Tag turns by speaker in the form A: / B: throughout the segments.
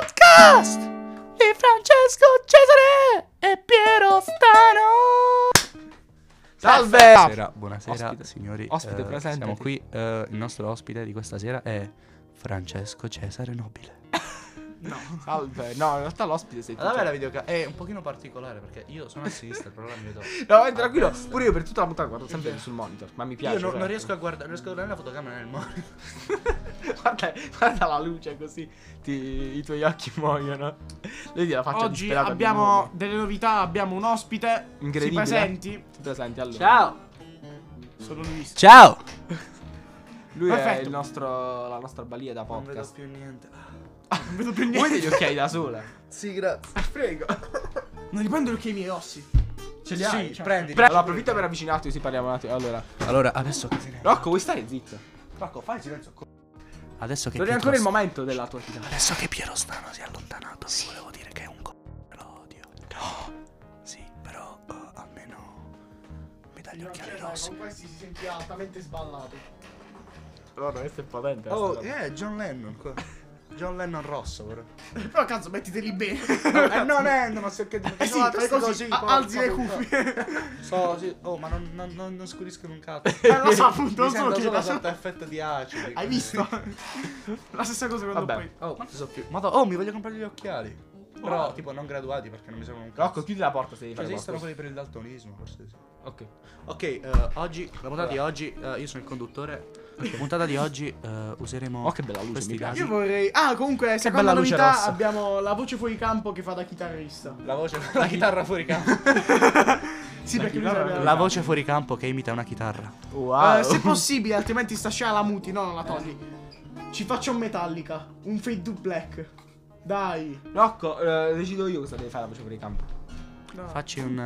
A: podcast di Francesco Cesare e Piero Stano.
B: Salve!
A: buonasera
B: Ospite.
A: signori.
B: Ospite
A: Eh,
B: presente.
A: Siamo qui, eh, il nostro ospite di questa sera è Francesco Cesare Nobile.
B: Salve. No, in realtà l'ospite sei tu.
A: Allora la videocamera è un pochino particolare perché io sono a sinistra, il programma mi vedo.
B: No, vai tranquillo. Pure io per tutta la puntata guardo sempre sul monitor. Ma mi piace.
A: Io non,
B: cioè.
A: non riesco a guardare, non riesco a guardare la fotocamera nel monitor.
B: guarda, guarda la luce così. ti- I tuoi occhi muoiono. Vedi la faccia
C: Oggi
B: disperata di un
C: abbiamo
B: uomo.
C: delle novità, abbiamo un ospite. Si
B: Incredibile.
C: presenti.
B: Ti presenti allora.
C: Ciao. Sono Luis.
A: Ciao!
B: Lui è
C: Perfetto.
B: il nostro, la nostra balia da
A: Non vedo
B: podcast.
A: più niente.
C: Non vedo più
B: Vuoi
C: niente.
B: degli occhiali da sola?
A: Sì, grazie. Ah, Prego.
C: Non riprendo perché i miei ossi.
B: Ce
A: li hai? Sì,
C: Cioè,
A: prendili.
B: Allora, approfitta per avvicinarti così parliamo un attimo. Allora,
A: Allora, adesso che
B: Rocco, vuoi stare zitto?
A: Rocco, fai silenzio. Adesso che
B: Non è
A: Pietro
B: ancora il
A: sta-
B: momento della tua vita.
A: Adesso che Piero Stano si è allontanato, vi volevo dire che è un co. Lo odio. Sì, però eh, almeno mi dà gli occhiali rossi.
C: questi si sente altamente sballato.
B: Guarda, questo è potente.
A: Oh, eh, John Lennon qua. John Lennon rosso, però.
C: Però cazzo, mettiteli bene.
A: eh, no, Lennon, ma se che
C: Eh sì, fai così, a- alzi le cuffie.
A: So, sì. Oh, ma non, non, non, non scuriscono un cazzo.
C: Eh, lo so, appunto,
A: Mi
C: lo so
A: sento
C: che
A: solo
C: la-
A: sotto effetto di acidi.
C: Hai visto? La stessa cosa quando
B: Vabbè.
C: poi.
A: Oh, non ci so più. Madonna, oh, mi voglio comprare gli occhiali. Però, tipo, non graduati perché non mi servono un cazzo.
B: Rocco, chiudi la porta se devi
A: Cioè,
B: fare
A: esistono
B: qualcosa.
A: quelli per il daltonismo, forse sì.
B: Ok.
A: Ok, eh, oggi, la puntata di oggi, eh, io sono il conduttore. La puntata di oggi eh, useremo.
B: Oh, che bella luce,
A: questi
B: mi piace.
A: casi.
C: Io vorrei. Ah, comunque, seconda
B: bella luce
C: novità
B: rossa.
C: abbiamo la voce fuori campo che fa da chitarrista.
A: La voce, la chitarra fuori campo.
C: Sì,
B: La
C: perché lui
B: chitarra-
C: sarebbe-
A: La voce fuori campo che imita una chitarra.
B: Wow.
C: Eh, se possibile, altrimenti sta scena la muti, no, non la togli. Ci faccio un Metallica, un fade to black. Dai.
B: Rocco, eh, decido io cosa devi fare la voce per i campi.
C: No.
A: Facci un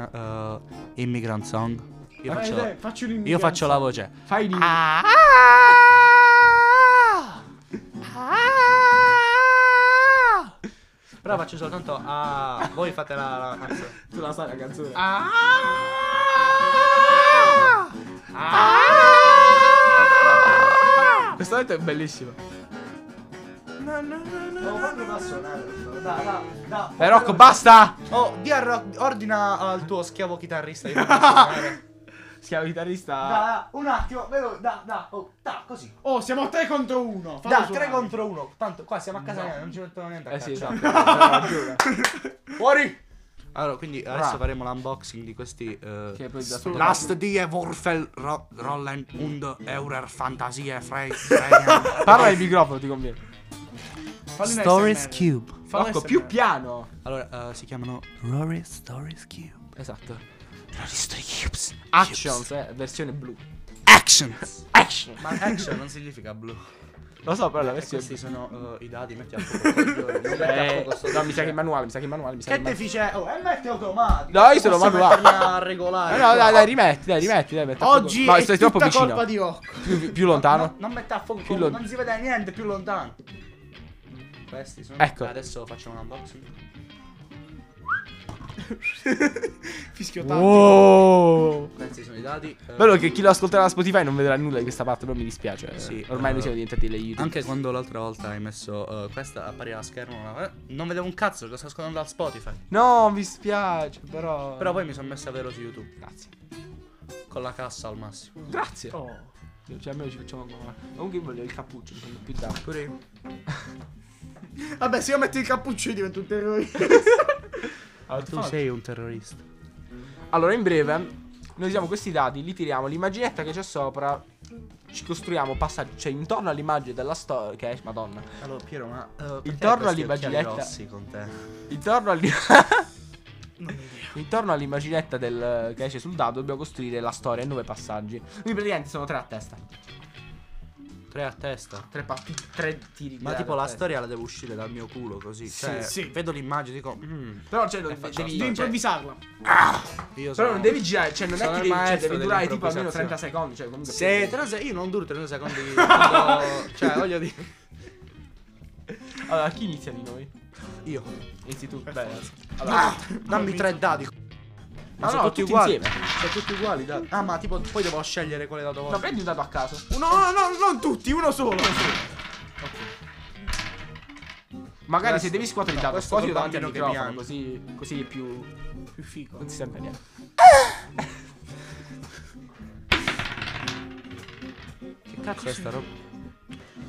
A: eh, immigrant song. Io
C: Eh,
A: faccio,
C: dai, faccio un
A: io faccio la voce.
B: Fai di.
A: Ah.
C: Ah.
A: Però faccio soltanto. Ah, voi fate la, la canzone.
B: Tu la sai la canzone.
A: Ah! Ah!
B: Ah. Questo momento è bellissimo.
A: Da, da, da.
B: Eh, Rocco, basta!
A: Oh, di a Rock- ordina al tuo schiavo chitarrista. Io voglio suonare.
B: Schiavo chitarrista.
A: da, un attimo, vero, da, da, oh, da, così.
C: Oh, siamo a 3 contro 1.
A: Da, 3 contro 1. Tanto qua siamo a casa mia, non ci mettono niente a
B: Eh sì,
A: caccia.
B: esatto. Sono giù, eh.
A: Fuori! esatto. Allora, quindi adesso
B: Ra.
A: faremo l'unboxing di questi. eh,
B: Che poi da
A: st-
B: solo-
A: Last Die Wurfel Ro- Rollen und Eurer Fantasie Frey. Freien-
B: Parla al microfono, ti conviene.
A: Stories Cube.
B: Rocco, più piano.
A: Allora, eh, si chiamano Rory Stories Cube.
B: Esatto.
A: Rory Stories Cubes.
B: Actions, eh, versione blu.
A: Actions. Action. Ma action non significa blu.
B: Lo so, però la
A: E
B: versione
A: questi
B: blu.
A: sono eh, i dadi, metti a fuoco. coglioni, non metti a
B: Eh,
A: fuoco sto cioè,
B: no, mi sa
A: cazzo.
B: che il manuale, mi sa che il manuale, mi sa che
A: Che
B: il manuale.
A: deficienza. Oh, e metti automatico.
B: No, io sono
A: Posso
B: manuale.
A: mettermi a regolare.
B: No, no, dai, dai, rimetti, dai, rimetti, dai, metti a fuoco.
C: Oggi
B: Ma
C: è
B: stai
C: tutta
B: troppo vicino.
C: colpa di Rocco.
B: Più, più lontano.
A: No, non metta a fuoco,
B: Più lon-
A: non si vede niente più lontano. Questi sono.
B: Ecco.
A: Adesso facciamo un unboxing.
C: Fischio tanto.
B: Wow.
A: Questi sono i dati. eh,
B: Bello che chi lo ascolterà da Spotify non vedrà nulla di questa parte, però mi dispiace. eh.
A: Sì,
B: Ormai noi
A: eh,
B: siamo diventati le YouTube.
A: Anche quando l'altra volta hai messo eh, questa appariva a schermo, ma, eh, non vedevo un cazzo, lo sto ascoltando da Spotify.
B: No, mi spiace, però.
A: Però poi mi sono messo a vero su YouTube,
B: Grazie.
A: con la cassa al massimo.
B: Grazie.
A: Oh.
B: Cioè, almeno ci facciamo ancora. Comunque io voglio il cappuccio, mi sembra più da.
A: Pure io.
C: Vabbè, se io metto il cappuccio io divento un terrorista.
B: Allora,
A: Tu sei un terrorista.
B: Allora, in breve, noi usiamo questi dati, li tiriamo, l'immaginetta che c'è sopra. Ci costruiamo passaggi, cioè intorno all'immagine della storia. Che è, madonna.
A: Allora Piero, ma eh,
B: Intorno all'immaginetta-
A: rossi con te.
B: Intorno al. Intorno all'immaginetta del, che esce sul dado dobbiamo costruire la storia in nove passaggi. Quindi praticamente sono tre a testa.
A: Tre a testa.
B: Tre, pa- tre tiri. di
A: Ma
B: dado
A: tipo
B: a
A: la
B: testa.
A: storia la devo uscire dal mio culo così.
C: Sì,
A: cioè,
C: sì.
A: Vedo l'immagine dico. "Mm,
B: Però, cioè, non
A: E
B: devi,
A: faccio la
C: Devi
A: Cioè-
C: improvvisarla.
A: io
B: Però
A: sono-
B: non devi girare, cioè non è
A: Sono
B: che
A: il
B: devi, cioè,
A: maestro
B: devi durare tipo almeno
A: dell'improvvisazione.
B: 30 secondi, cioè comunque
A: Se te lo sei- io non duro 30 secondi. quando- cioè, voglio dire.
B: Allora, chi inizia di noi?
A: Io.
B: Istituto.
A: Allora,
B: ah,
A: dammi tre dadi. c***o. Ma sono tutti uguali.
B: insieme.
A: Sono tutti uguali, dai. Ah, ma tipo, poi devo scegliere quale dato
B: No,
A: vostro.
B: prendi un dato a caso.
C: No, no, no, non tutti, uno solo.
B: Magari se
D: Questo-
B: devi scuotere il
D: no,
B: dado,
D: questo col
B: scuotilo davanti al
D: bambino che
B: microfono, così, così è più...
C: Più figo.
B: non si sente niente. Che cazzo è sta roba?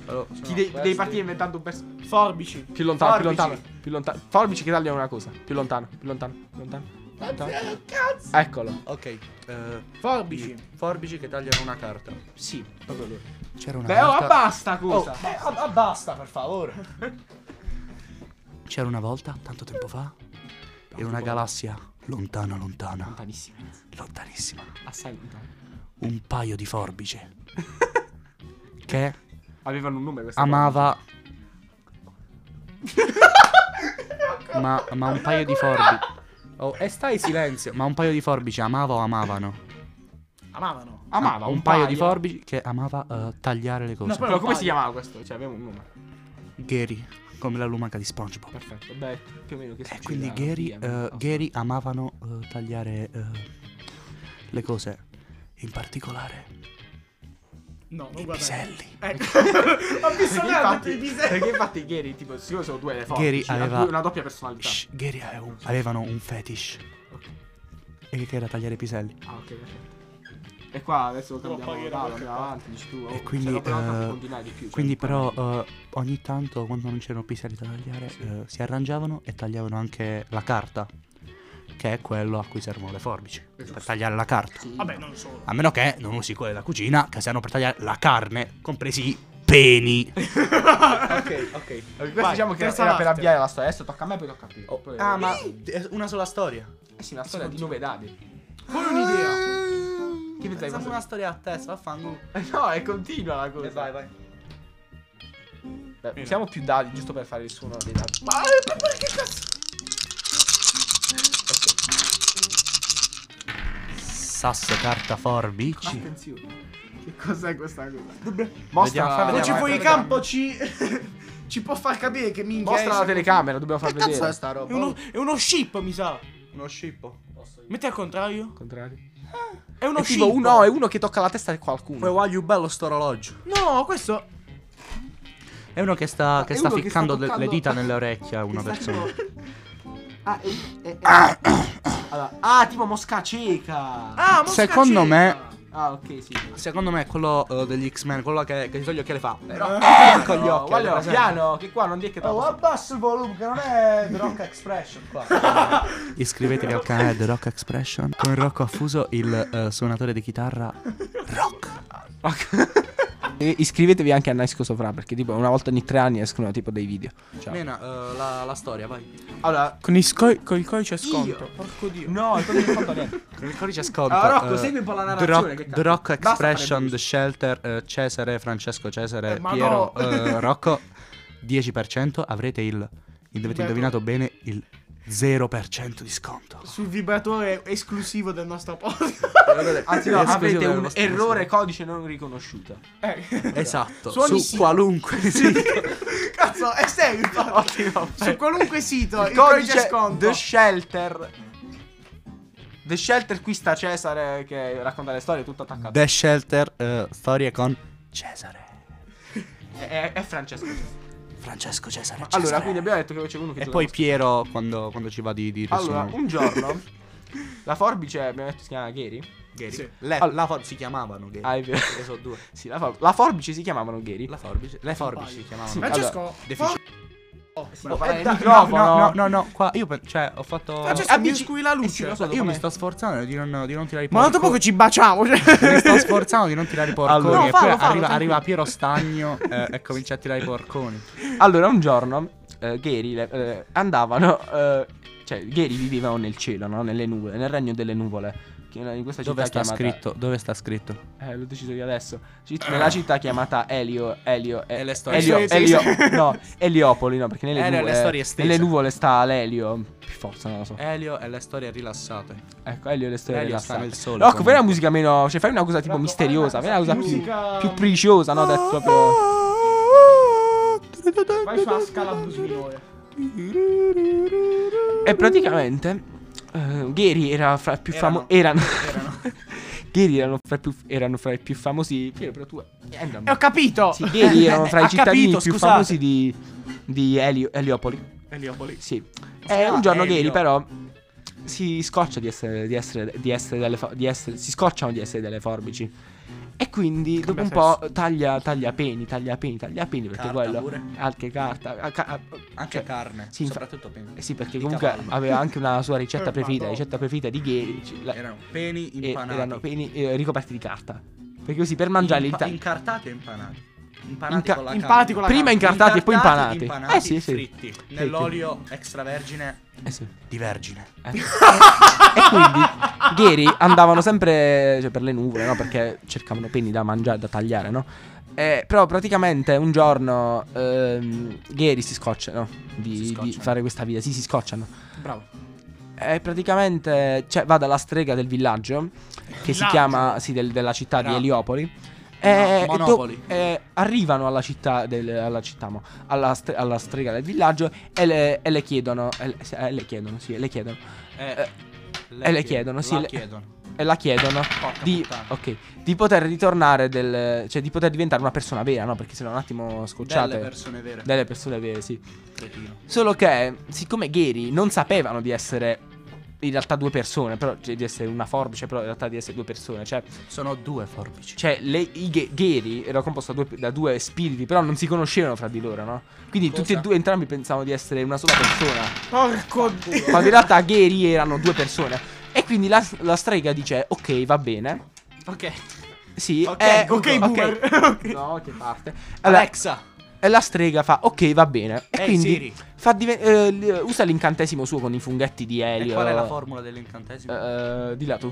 D: Allora,
B: Ti devi- devi partire inventando un personaggio.
C: Forbici.
B: Più lontano, più
C: Forbici.
B: lontano, più lontano. Forbici che taglio è una cosa. Più lontano, più lontano, più lontano. più lontano. Eccolo.
D: Ok, eh,
C: Forbici.
D: forbici che tagliano una carta.
B: Sì, proprio lui.
A: C'era una,
B: Beh, oh,
A: volta,
B: basta cosa.
D: basta, per favore.
A: c'era una volta, tanto tempo fa, in una galassia lontana, lontana,
B: Lontanissimo.
A: lontanissima,
B: Assai lontano.
A: un paio di forbici che
B: Avevano un nome questa
A: amava... ma, ma un paio di forbici... Oh, e stai silenzio, ma un paio di forbici amava o amavano?
C: Amavano.
B: cosa. Amava
A: un, paio, di forbici che amava eh, tagliare le cose.
C: No,
B: Però come si
C: paio.
B: chiamava questo? Cioè, aveva un nome.
A: Gary, come la lumaca di SpongeBob.
B: Perfetto. Beh, più o meno che
A: E
B: succede
A: quindi
B: a
A: Eh, Gary,
B: DM.
A: eh,
B: Oh.
A: Gary amavano eh, tagliare eh, le cose, in particolare
C: No, non
A: i
C: guardare.
A: piselli.
C: Ho visto
B: Perché
C: me, ho detto
B: infatti,
C: i piselli.
B: perché infatti Gary, tipo, siccome sono due le
A: Gary
B: forbici, ha
A: aveva-
B: due- una doppia personalità.
A: Shh, Gary aveva un- avevano un fetish. E che era tagliare i piselli.
B: Ah, ok, perfetto. E qua adesso cambiamo
C: pagherò
B: andiamo
C: qualche
B: avanti, dici tu. Oh,
A: E quindi, eh,
B: di più. cioè,
A: Quindi
B: non
A: però
B: puoi-
A: eh, ogni tanto quando non c'erano piselli da tagliare eh, si arrangiavano e tagliavano anche la carta, che è quello a cui servono le forbici, per tagliare la carta.
B: Sì.
C: Vabbè, non solo.
A: A meno che non usi quelle della cucina che servono per tagliare la carne, compresi i peni.
D: ok, ok.
B: Eh, Questo
C: Vai,
B: diciamo che
C: terza
B: era per
C: parte.
B: avviare la storia. Adesso tocca a me poi tocca a te.
A: Oh.
B: Oh, Poi-
D: ah, ma è una sola storia.
B: Eh sì, una storia di nove dadi.
C: Poi un'idea.
B: Che pensai
D: Facciamo
B: fosse-
D: una storia a testa, vaffanculo.
B: Eh, No, è continua la cosa.
D: E vai, vai.
B: Beh, usiamo più dadi, giusto per fare il suono dei dadi.
C: Ma ma che cazzo?
A: Sasso, carta, forbici.
B: Attenzione.
C: Che cos'è questa cosa?
B: Mostra,
D: Vediamo, fa
B: la-
D: vedere,
C: Voce
D: vai,
C: fuori
D: vai,
C: campo ci. ci può far capire che minchia.
B: mostra la
C: è-
B: telecamera, dobbiamo far
C: Che cazzo
B: vedere.
C: è sta roba? È uno, è uno ship, mi sa.
D: Uno scippo.
C: Metti al contrario.
B: Contrario.
C: È uno
B: È
C: ship.
B: tipo uno, è uno che tocca la testa di qualcuno.
D: voglio bello sto orologio.
C: No, questo.
A: È uno che sta,
B: è
A: che sta
B: uno che
A: ficcando
B: sta
A: le- le
B: toccando-
A: dita nelle orecchie a una persona.
B: Ah, ah, tipo mosca cieca.
C: Ah, mosca
A: Secondo
C: cieca.
A: me-
B: Ah, ok, sì.
A: Secondo me è quello eh, degli X-Men, quello che, che si toglie che le fa. Eh, Però
B: Eh,
D: con gli occhi.
B: guarda,
D: avete presente?
B: piano, che qua non è che
D: Oh,
B: tanto-
D: abbasso il volume, che non è The Rock Expression qua.
A: Iscrivetevi al canale The Rock Expression con Rocco Affuso, il eh, suonatore di chitarra rock.
B: E Eh, Iscrivetevi anche a Nice Coso Fra perché tipo una volta ogni tre anni escono tipo dei video. Ciao.
D: Mena, eh, la, la storia, vai.
B: Allora,
C: Con il, sco- con il codice sconto.
B: Io.
C: Porco dio.
B: no, il codice non fa niente.
A: Con il codice sconto.
B: Ah, Rocco,
A: eh,
B: segui un po' la
A: The
B: narrazione, che
A: Rock,
B: cazzo.
A: The Rock
B: Basta fare
A: Expression,
B: blues.
A: The Shelter, eh, Cesare, Francesco Cesare,
C: Eh, ma
A: Piero,
C: no.
A: eh, Rocco. 10% avrete il. Avete
C: Beh,
A: indovinato bene il 0% di sconto.
C: Sul vibratore esclusivo del nostro podcast.
B: Anzi, no,
A: Esclusivo
B: avete
A: della
B: un
A: vostra
B: errore codice non riconosciuto.
C: eh.
A: Esatto.
C: Suoni
A: su
C: sì.
A: qualunque sito.
C: Cazzo, è serio. infatti. Su qualunque sito. Cioè, Il, codice, sconto.
B: The Shelter. The Shelter qui sta Cesare che racconta le storie tutto attaccato.
A: The Shelter, eh, storie con Cesare.
B: è, è Francesco.
A: Francesco Cesare.
B: Allora,
A: Cesare.
B: quindi abbiamo detto che c'è uno che
A: E
B: gioca
A: poi
B: con-
A: Piero quando, quando ci va di, di
B: Allora,
A: risolvere.
B: un giorno la forbice abbiamo detto si chiama Gary.
D: Gary.
C: Sì.
D: Le,
B: Al-
D: la for- si chiamavano Gary.
B: Ah, è vero.
D: Ne so due.
B: Sì, la, for- la forbice si chiamavano Gary.
D: La forbice. Le forbici si chiamavano.
B: Sì.
C: Francesco.
D: deficiente.
B: Ma
A: Oh,
B: parla
A: eh,
B: nel
A: da- no,
B: microfono.
A: no, no, no, no, qua io pe- cioè ho fatto
C: Francesco,
B: Amici-
C: mi scui la
B: Eh sì,
C: luce.
B: lo so, dopo
A: Io mi
B: me.
A: sto sforzando di non, di non tirare i
C: Ma
A: porconi.
C: dopo poco ci baciamo. cioè.
A: Mi sto sforzando di non tirare i porconi.
B: Allora- No, fallo,
A: e poi
B: fallo,
A: arriva,
B: tranquillo.
A: arriva Piero Stagno eh, e comincia a tirare i porconi.
B: Allora, un giorno eh, Gary le- eh, andavano. eh, cioè, Gary viveva nel cielo, no? Nelle nuvole, nel regno delle nuvole. che è una- In questa
A: Dove
B: città
A: sta
B: chiamata-
A: scritto? Dove sta scritto?
B: Eh, l'ho deciso io adesso. Citt- nella città chiamata Elio. Elio. eh,
D: E le storie
B: Elio,
C: estese.
B: Elio, no, Eliopoli, no, perché nelle
A: Elio e le
B: nuvole.
A: storie estese.
B: nelle nuvole sta l'Elio. Per forza, non lo so.
D: Elio e le storie rilassate.
B: Ecco, Elio e le storie
A: Elio sta
B: rilassate.
A: nel sole,
B: Rocco,
A: comunque.
B: ecco, fai una musica meno. Cioè, fai una cosa tipo
C: Rocco, fai
B: misteriosa. Fai una
C: una
B: cosa
C: cosa
B: più,
C: più- musica-
B: più preciosa, no? Detto proprio.
C: Vai sulla scala blues minore.
B: E praticamente eh, Gary era fra più famoso. Erano. Gary Pieri erano fra, i più, erano fra i più famosi. Piero, però tu. eh, no,
C: E ho capito.
B: Sì, Pieri erano fra
E: Ha
B: i cittadini
E: capito,
B: più
E: scusate.
B: famosi di, di Elio- Eliopoli.
C: Eliopoli.
B: Sì. E un giorno
E: Elio.
B: Pieri, però. Si scoccia di essere, di essere, di essere delle fo- di essere- si scocciano di essere delle forbici. E quindi dopo
C: Cambia
B: un po' taglia, taglia peni, taglia peni, taglia peni. Perché
A: Carta
B: quello.
A: pure.
B: Anche carta. a- ca- a-
A: Anche
B: cioè,
A: carne.
B: sì, infa-
A: soprattutto peni.
B: eh sì, perché
A: Di
B: comunque
A: cavallo.
B: aveva anche una sua ricetta
C: Eh,
B: preferita, la
C: madonna.
B: ricetta preferita di Gheri. c- la-
A: Erano peni
B: e-
A: impanati.
B: erano peni eh, ricoperti di carta. Perché così per mangiare
A: Impa-
B: l'Italia.
A: incartati o impanati? Impanati
B: Inca-
A: con la
C: impanati
A: carne.
C: con la
B: Prima
C: carta.
B: incartati e poi impanati.
A: impanati,
B: Eh sì, sì.
A: fritti nell'olio extravergine.
B: Eh sì.
E: Di vergine.
B: Eh. e quindi Gheri andavano sempre cioè, per le nuvole, no? Perché cercavano peni da mangiare, da tagliare, no? Eh, però praticamente un giorno ehm, Gheri si scocciano di,
A: Si
B: di
A: scocciano.
B: fare questa vita. Sì, si scocciano.
C: Bravo.
B: E praticamente cioè, va dalla strega del villaggio, che si
C: Villaggio?
B: chiama, sì, del- della città di
A: Bra-
B: Eliopoli. E
A: No, Monopoli.
B: do- e arrivano alla città, del, alla, città mo, alla, stre- alla strega del villaggio e le, e le chiedono, e le, e le chiedono, sì, e le chiedono, Eh, e le chiedono, sì,
A: La
B: le-
A: chiedono.
B: e la chiedono
A: Porca
B: di,
A: puttana.
B: ok, di poter ritornare del, cioè di poter diventare una persona vera, no? Perché sennò un attimo scocciate.
A: Delle persone vere.
B: Delle persone vere, sì.
A: Cretino.
B: Solo che, siccome Gary non sapevano di essere in realtà due persone, però cioè, di essere una forbice, però in realtà di essere due persone, cioè,
E: Sono due forbici.
B: cioè le, i Ge- Gary era composto da due, da due spiriti, però non si conoscevano fra di loro, no? Quindi
A: Cosa?
B: tutti e due, entrambi pensavano di essere una sola persona,
C: Porco dio.
B: quando in realtà Gary erano due persone. E quindi la, la strega dice, ok, va bene,
A: Ok.
B: sì,
A: Ok,
B: eh,
C: Ok,
B: ok.
C: boomer. Ok.
B: No, che parte. Allora,
A: Alexa.
B: e la strega fa, ok, va bene. E
A: Ehi,
B: quindi
A: Eh, Siri.
B: fa diven- eh, l- usa l'incantesimo suo con i funghetti di
A: E
B: Elio.
A: qual è la formula dell'incantesimo?
B: Eh, dilla tu.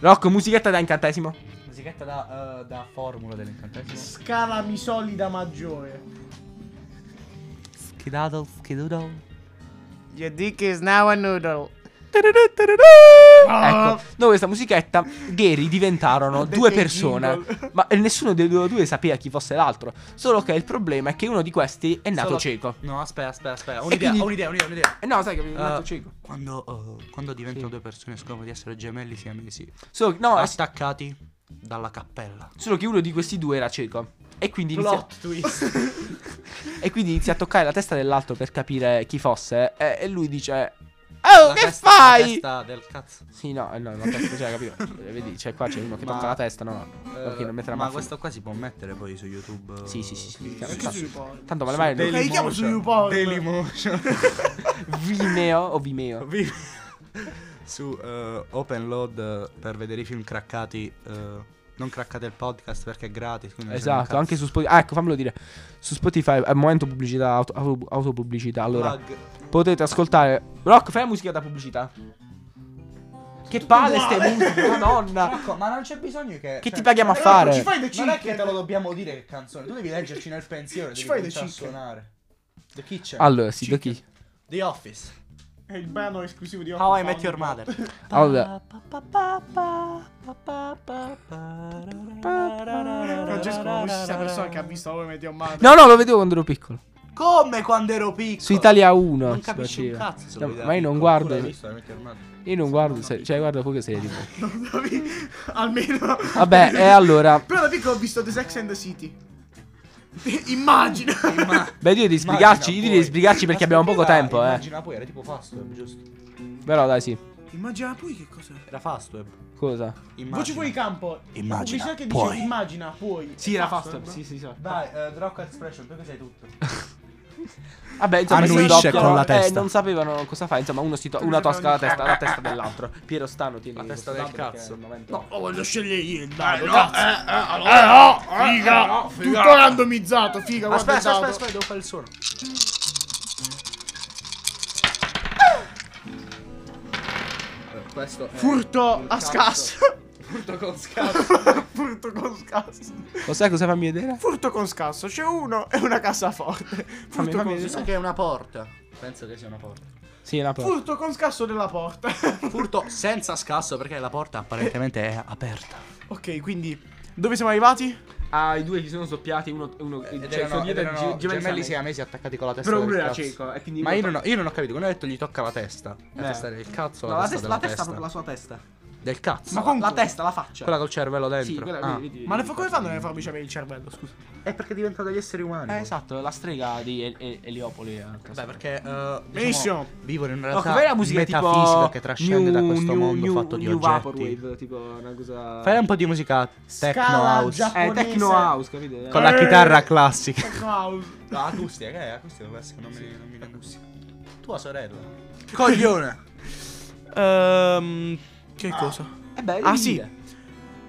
B: Rocco, musichetta da incantesimo.
A: Musichetta da, eh, da formula dell'incantesimo.
C: Scala mi solida maggiore.
E: Schidado, schidudo.
C: Your dick is now a noodle. Ah.
B: Ecco, dopo questa musichetta, Gary diventarono
C: detto
B: due
C: il
B: persone.
C: jingle.
B: Ma eh, nessuno dei due, due sapeva chi fosse l'altro. Solo che il problema è che uno di questi è nato
A: Solo-
B: cieco.
A: No, aspetta, aspetta, aspetta. Un'idea,
B: quindi-
A: un'idea, un'idea, un'idea.
B: Eh no, sai che è nato
A: Eh, oh,
B: cieco.
E: Quando, eh, quando diventano
B: Sì.
E: due persone scoprono di essere gemelli si amici.
B: Solo, no,
A: Ah,
B: eh,
E: attaccati dalla cappella.
B: solo che uno di questi due era cieco. E quindi, inizia,
C: Plot twist.
B: e quindi inizia a toccare la testa dell'altro per capire chi fosse. E, e lui dice: Oh,
A: La
B: che
A: testa-
B: fai?
A: La testa del cazzo.
B: Sì, no, eh, no, la testa, cioè, capito? Eh, Vedi, cioè, qua c'è uno che
A: Ma-
B: tocca la testa, no, no.
A: Eh,
B: Ok, non metterà
A: ma
B: mai.
A: questo qua si può mettere poi su YouTube.
B: Sì, sì, sì, sì.
A: Eh,
B: Cazzo.
C: Su YouPorn.
B: Tanto male male.
C: Daily-
B: non-
C: li chiamo su
A: Dailymotion.
C: YouPorn.
A: Dailymotion.
B: Vimeo o Vimeo?
A: Vi- su eh, Open Load eh, per vedere i film craccati. eh, non craccate il podcast perché è gratis. quindi non c'è un
B: Esatto,
A: cazzo.
B: anche su Spotify. Ah, ecco, fammelo dire. Su Spotify, al momento pubblicità, auto- auto- autopubblicità. Allora,
A: Plug.
B: potete ascoltare. Rock, fai la musica da pubblicità. Che palle ste musiche, madonna.
A: Marco, ma non c'è bisogno che. cioè,
B: Che ti paghiamo a
C: Rocco,
B: fare?
C: Ci fai
A: Non è che
C: decidere.
A: te lo dobbiamo dire che canzone, tu devi leggerci nel pensiero.
C: Ci
A: devi
C: fai le
A: cominciare a
C: cicche.
A: suonare. The Kitchen.
B: Allora, sì, da
A: Cicche.
B: chi?
A: The Office.
C: È il brano esclusivo di
A: How I
C: Open
A: Met Your
C: Found.
A: Mother.
B: Allora.
C: Francesco, come si sa persona che ha visto How I Met Your Mother?
B: No, no, lo vedevo quando ero piccolo.
A: Come quando ero piccolo.
B: Su Italia 1.
A: Non
B: si
A: capisci un
B: faceva.
A: cazzo. se
B: No,
A: lo vedi
B: ma io
A: da
B: non
A: piccolo. Tu
B: guardo.
A: l'hai visto, How I Met Your Mother?
B: Io non guardo, se- cioè guardo poche serie TV.
C: Almeno.
B: Vabbè, e allora.
C: Però da piccolo ho visto The Sex and the City. Immagina.
B: Beh, io di sbrigarci, io direi di sbrigarci perché abbiamo poco tempo, eh.
A: Immagina poi, era tipo Fastweb, giusto?
B: Però dai, sì.
C: Immagina poi che cosa.
A: Era Fastweb.
B: Cosa?
C: Voce fuori campo.
E: Immagina,
C: Pubblicità che
E: puoi.
C: dice immagina, puoi. Fastweb.
B: sì, sì.
A: Dai, eh, The Rock Expression, tu che sai tutto.
B: Vabbè, insomma, si
E: Annuisce
B: tocca-
E: con la
B: eh,
E: testa.
B: non sapevano cosa fare, insomma, uno si to- una tosca alla testa, alla testa dell'altro. Piero Stano tiene
A: La testa del cazzo.
B: No.
C: Lo voglio scegliere io il dado, cazzo. Eh, eh, figa, tutto randomizzato, figa, guarda
A: Aspetta,
C: il dado.
A: aspetta, aspetta, devo fare il suono. Eh, Questo è
C: Furto
A: un
C: a
A: cazzo.
C: scasso.
A: Furto con scasso.
C: Furto con scasso.
B: Lo sai cosa fammi vedere?
C: Furto con scasso, c'è uno e una cassaforte. Furto,
B: fammi
C: con,
B: vedere.
C: scasso.
A: che è una porta. Penso che sia una porta.
B: Sì, è una prova.
C: furto con scasso della porta.
A: Furto senza scasso perché la porta apparentemente
E: Apparentemente è aperta.
C: ok, quindi dove siamo arrivati?
B: Ah, i due gli sono soppiati, uno... uno cioè,
A: Ed Eh, erano, ed erano gemelli siamesi attaccati con la testa
B: Però
A: del
B: lui era
A: cazzo.
B: Ah, cieco, e quindi
A: Ma
B: uno
A: io non, ho, io non ho capito, quando ho detto gli tocca la testa La testa del cazzo, la testa della testa
B: sua testa.
A: Del cazzo.
C: Ma con la testa, la faccia.
A: Quella col cervello dentro.
B: Sì, quella
A: Ah.
B: vedi, vedi,
C: Ma le
B: vedi.
C: fa- come fanno le forbici a avere il cervello? Scusa.
A: È perché diventano degli esseri umani.
B: Eh, esatto, la strega di El- El- Eliopoli. a casa.
A: Beh, perché eh, diciamo,
C: Benissimo.
A: vivono in una
B: No,
A: realtà
B: fai la musica tipo
A: metafisica che trascende da questo mondo fatto di
B: new
A: oggetti.
B: Vaporwave, tipo una cosa
A: Fai un po' di musica techno
C: Scala
A: house
C: giapponese.
B: Eh, techno house, capito?
A: con la
C: Eh.
A: chitarra classica.
C: Wow.
D: No, acustica, che è? Acustica doveva essere, non mi non mi acustica. Tua sorella.
A: Coglione.
C: Ehm, che cosa?
B: Eh beh,
C: Ah,
B: devi
C: sì.
B: dire.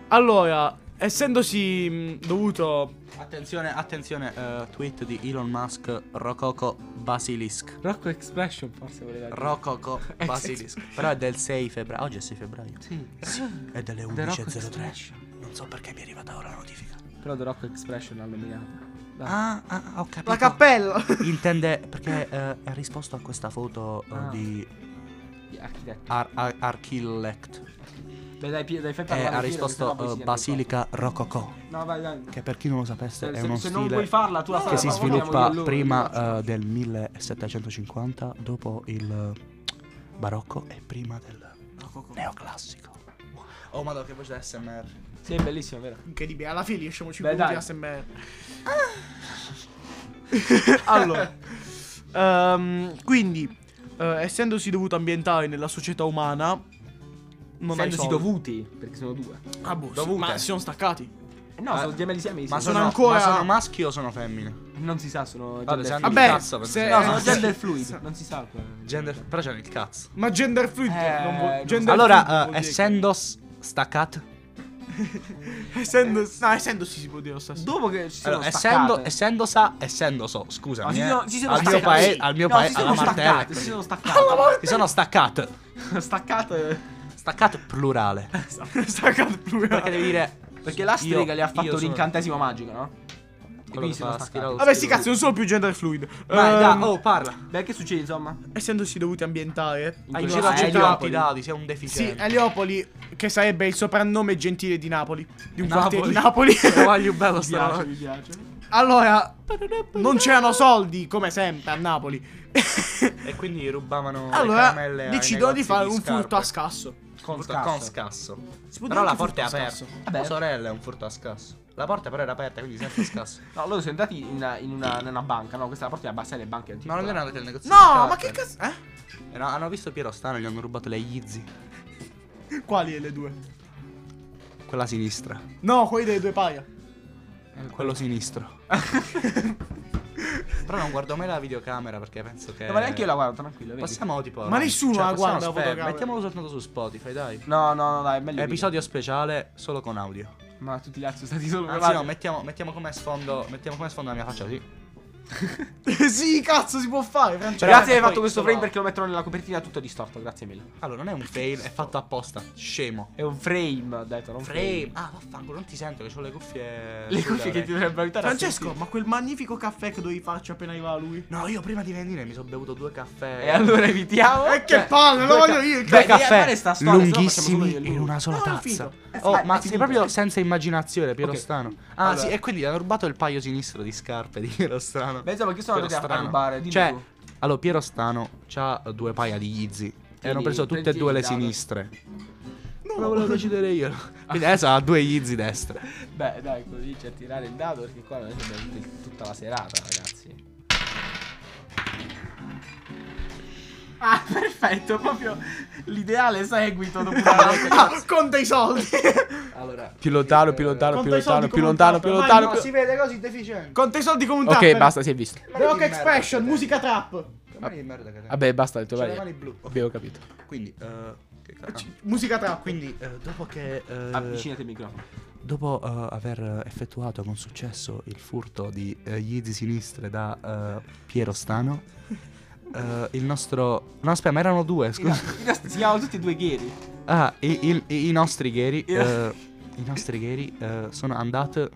C: Allora, essendosi mh, dovuto
A: Attenzione, attenzione, eh, tweet di Elon Musk, Rococo Basilisk.
B: Rocco Expression forse voleva dire.
A: Rococo Basilisk. Però è del 6 febbraio. Oggi è 6 febbraio.
B: Sì.
A: È delle
B: The Rocco
A: 11.03. Non so perché mi è arrivata ora la notifica.
B: Però The Rock Expression l'ha nominato. Dai.
A: Ah, ah, ah, ho capito.
C: la cappella.
A: Intende perché eh, ha risposto a questa foto eh,
B: Ah.
A: di
B: Gli architetti.
A: Ar- Ar- Archillect.
B: Beh, dai, Pie- dai, fai
A: E
B: parlare.
A: Eh, ha
B: Piero, che sennò
A: risposto
B: poi
A: eh,
B: si
A: Basilica Rococò.
B: arrabbia. No, vai, dai.
A: Che per chi non lo sapesse
B: Se,
A: è
B: se-
A: uno
B: se non
A: stile
B: vuoi farla, tu la fai,
A: che si
B: ma parliamo di
A: sviluppa
B: allora,
A: prima
B: di
A: eh, del 1750 dopo il eh, barocco e prima del neoclassico.
D: Oh, madonna, che voce da SMR.
B: Lazio. Sì, è bellissimo, vero?
C: Incredibile, alla fine riusciamo 5
B: Beh,
C: minuti
B: dai.
C: a sembrare. allora, ehm, quindi, eh, essendosi dovuto ambientare nella società umana, non hai
B: Essendosi
C: soldi.
B: dovuti, perché sono due.
C: Ah, boh, sì,
D: dovute.
C: ma si sono
B: Eh,
C: staccati.
B: No, sono gemelli siamesi.
D: Ma
C: sono
D: sono,
C: ancora-
D: ma sono maschi o sono femmine?
B: Non si sa, sono
D: Vabbè,
B: gender
D: se hanno
B: fluid.
D: il
C: Vabbè,
D: cazzo, penso
C: se-
D: sia-
B: No, sono
C: Eh,
B: gender
C: sì.
B: fluid, non si sa. quale-
D: Gender, però c'hanno il cazzo.
C: Ma gender fluid
B: Eh,
C: non vuol-
B: non
C: gender fluid
A: Allora,
C: vuol
A: eh,
C: dire
A: essendo s- staccato,
C: che- essendo- no, essendosi si può dire lo stesso.
B: Dopo che ci sono
A: allora,
B: staccate-
A: essendo, essendo sa, essendo so,
B: No,
A: scusami,
B: si
A: eh,
B: sono, si sono
A: al mio
B: staccate.
A: paese, al mio
B: No,
A: paese,
B: si sono
A: alla Martella,
B: staccate, si sono staccate.
A: si sono staccato,
B: staccate.
A: staccato plurale,
D: Eh.
C: Staccato
A: perché
C: plurale.
A: devi dire,
B: Perché la strega
A: Io-
B: le ha
A: io
B: fatto
A: sono-
B: l'incantesimo magico, no? E
A: Quello che
B: quindi si sono
A: fa
B: staccati.
A: Spiro-
C: Vabbè, sì, cazzo, non sono più gender fluid.
B: Vai,
C: Ehm,
B: da, oh, parla. Beh, che succede, insomma?
C: Essendosi dovuti ambientare
A: hai
B: in
A: girato
B: quella- Ah,
A: tutti i
B: Eliopoli.
A: dati, sei un
C: Sì,
A: deficiente.
C: Eliopoli, che sarebbe il soprannome gentile di Napoli. Di
B: Napoli.
C: un quartiere di Napoli.
A: voglio bello
B: Mi piace, mi piace.
C: allora, non c'erano soldi, come sempre, a Napoli.
D: E quindi rubavano le caramelle
C: Allora,
D: ai
C: decidono di
D: negozi
C: fare un furto a
D: scarpe.
C: scasso.
D: Con
B: Furto
D: sca-
B: a
D: con
B: scasso.
D: scasso.
C: Si può
D: Però
C: dire
D: la
C: anche
D: porta è
C: furto a
D: aperta.
C: scasso.
B: Vabbè.
D: Tua sorella è un furto a scasso. La porta però era aperta, quindi sempre a scasso.
B: No, loro sono entrati in una, in una, in una banca, no? Questa è la porta di abbassare le banche.
D: Ma non erano andati al negozio.
C: No, ma che cazzo? Eh?
A: Era- hanno visto Piero Stano e gli hanno rubato le Yeezy.
C: Quali le due?
A: Quella sinistra.
C: No, quelli delle due paia.
A: Quello sinistro.
D: Però non guardo mai la videocamera perché penso
A: Eh.
D: che.
B: No, ma neanche io la guardo, tranquillo, vedi?
D: Possiamo tipo.
C: Ma nessuno la
D: possiamo-
C: guarda la
D: aspetta,
C: fotocamera.
D: Mettiamolo soltanto su Spotify, dai.
B: No, no, no, dai, è meglio
A: Episodio speciale solo con audio.
B: video. Ma tutti gli altri sono stati solo
D: Anzi,
B: guardati.
D: no, mettiamo, mettiamo come sfondo. Mettiamo come sfondo la mia faccia, sì.
C: sì, cazzo, si può fare, Francesco.
B: Cioè, Grazie che hai
D: poi
B: fatto questo
D: solo
B: frame
D: audio.
B: perché lo metterò nella copertina tutto distorto, grazie mille.
D: Allora, non è un fail, è fatto apposta. Scemo.
B: È un frame, ho detto, non un
D: Frame. Ah, vaffanculo, non ti sento che ho le cuffie.
B: Le
D: sulle
B: cuffie che ti
D: orecchie.
B: dovrebbero aiutare a
C: Francesco,
B: sentire.
C: ma quel magnifico caffè che dovevi farci appena arrivava lui.
D: No, io prima di venire mi sono bevuto due caffè.
B: E allora evitiamo.
C: E Eh, che palle, lo voglio io, il
B: Due
C: caffè.
B: caffè
A: cioè, lunghissimi in una sola
C: No, è
A: tazza.
C: finito.
A: Oh,
B: Eh,
A: ma
B: è
A: sei
B: finito.
A: proprio senza immaginazione, Piero
B: Ok.
A: Stano. Ah,
B: Allora.
A: sì, e quindi hanno rubato il paio sinistro di scarpe di Piero Stano.
B: Beh, insomma, che sono
A: Piero
B: andati a
A: Stano.
B: rubare? Dimmi
A: Cioè,
B: tu.
A: allora, Piero Stano ha due paia di Yeezy. E hanno
B: Quindi,
A: preso tutte e
B: prendi
A: due le
B: il dado.
A: sinistre. No, lo volevo decidere io. Quindi adesso ha due Yeezy destre.
B: Beh, dai, così c'è tirare il dado perché qua noi abbiamo avuto tutta la serata, ragazzi. Ah, perfetto, proprio l'ideale seguito dopo una volta
C: Ah, conta i soldi.
B: che- Allora, eh,
A: Più lontano, più lontano, più
C: Conta i
A: lontano,
C: soldi come
A: più
C: un
A: lontano, più
C: tapper. Ma
A: lontano.
C: no,
A: più-
C: si vede così deficiente. Conta i soldi come un
B: Ok,
C: tapper.
B: basta, si è visto.
C: Rock Expression, musica trap.
D: Mani di merda che te.
B: Vabbè, basta, ho detto,
D: C'ho le
B: vai.
D: mani blu.
B: Abbiamo capito.
D: Quindi, eh, che cazzo.
C: Musica trap, quindi.
D: Quindi, eh, dopo che. eh,
B: Avvicinati il microfono.
A: Dopo eh, aver eh, effettuato con successo il furto di eh, Yeezy sinistre da eh, Piero Stano, eh, il nostro... No, aspetta, ma erano due, scusa.
B: I nostri- Si chiamano tutti e due Gheri.
A: Ah, i, il- i- i nostri gheri...
B: Yeah.
A: eh, I nostri gheri eh, sono andate...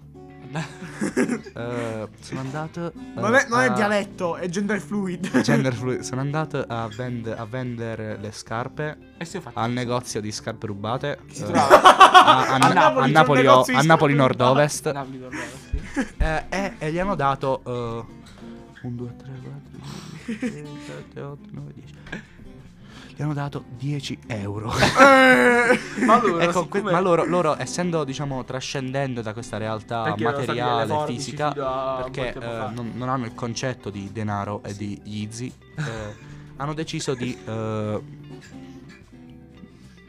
A: eh, sono andate... eh,
C: Non è, non è
A: a-
C: dialetto, è gender fluid.
A: Gender fluid. Sono andate a, vend- a vendere le scarpe
B: E se ho fatto.
A: al negozio di scarpe rubate.
B: Che si
A: eh,
B: trova
A: a, a-
C: A Napoli
A: a
C: c'è un
A: Napoli, o-
C: negozio di
A: a Napoli
C: scarpe
A: nord-ovest.
B: a Napoli tornare, sì.
A: Eh, eh, e gli hanno dato eh, 1, 2, 3, 4, 5, 6, 7, 8, 9, 10 gli hanno dato 10 euro.
B: Ma loro,
A: Ecco, que-
B: siccome-
A: ma loro, loro, essendo, diciamo, trascendendo da questa realtà
B: Perché erano stati delle
A: materiale,
B: forbici
A: fisica,
B: fino a
A: perché
B: qualche tempo
A: eh,
B: fa.
A: non, non hanno il concetto di denaro e di Yeezy, eh, hanno deciso di eh,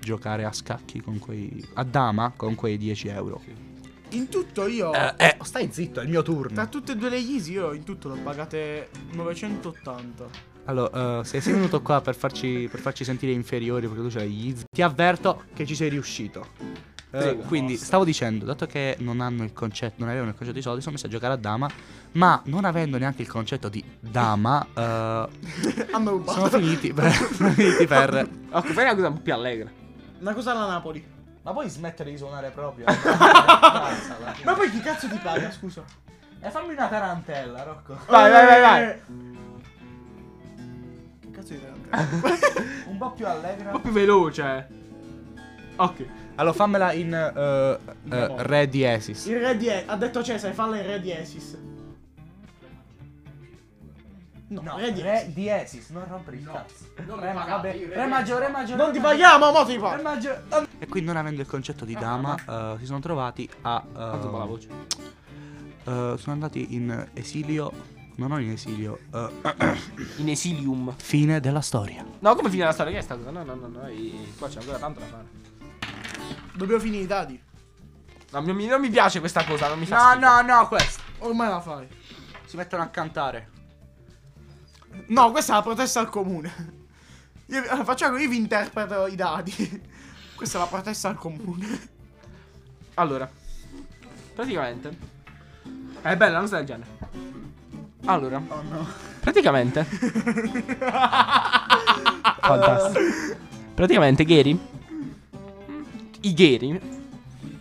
A: giocare a scacchi con quei. a dama con quei 10 euro.
C: In tutto io.
A: Eh, eh, stai zitto, è il mio
C: Tra
A: turno.
C: tutte e due le Yeezy io in tutto l'ho pagate 980.
A: Allora, eh, se sei venuto qua per farci, per farci sentire inferiori perché tu c'hai Yeezy, ti avverto che ci sei riuscito. Eh,
B: Prego.
A: quindi stavo dicendo, dato che non hanno il concetto, non avevano il concetto di soldi, sono messi a giocare a dama, ma non avendo neanche il concetto di dama, eh,
C: Hanno rubato.
A: sono finiti per, sono finiti per
B: Ecco, fai una cosa un po' più allegra.
C: Una cosa alla Napoli.
A: Ma puoi smettere di suonare proprio?
C: Ma poi chi cazzo ti paga, scusa?
A: e Eh, fammi una tarantella, Rocco.
B: Vai, vai, vai, vai.
C: Che Cazzo di tarantella?
A: Un po' più allegra.
B: Un po' più veloce. Ok.
A: Allora fammela in eh, eh, Re diesis.
C: Il re di E- Ha detto Cesare, falla il re di Esis. No, re di Esis.
A: diesis, non rompere il cazzo. Re, ma- vabbè, re,
B: Re maggiore, re maggiore.
C: Non ti paghiamo, mo ti pago.
B: maggiore.
A: E qui non avendo il concetto di dama, eh, si sono trovati a... eh,
B: Alzo un po' la voce.
A: eh, sono andati in esilio, no non in esilio, eh,
B: In esilium.
A: fine della storia.
B: No, come finirà la storia? Che è sta cosa? No, no, no, no. i- Qua c'è ancora tanto da fare.
C: Dobbiamo finire i dadi.
B: No, mi- mi- non mi piace questa cosa, non mi
A: No,
B: fa
A: no, no, questo.
C: Ormai la fai.
A: Si mettono a cantare.
C: No, questa è la protesta al comune. Io, eh, facciamo, io vi interpreto i dadi. Questa è la protesta al comune.
B: Allora, praticamente. È bella una cosa del genere. Allora, praticamente. Fantastico. Praticamente, Gary. I Gary,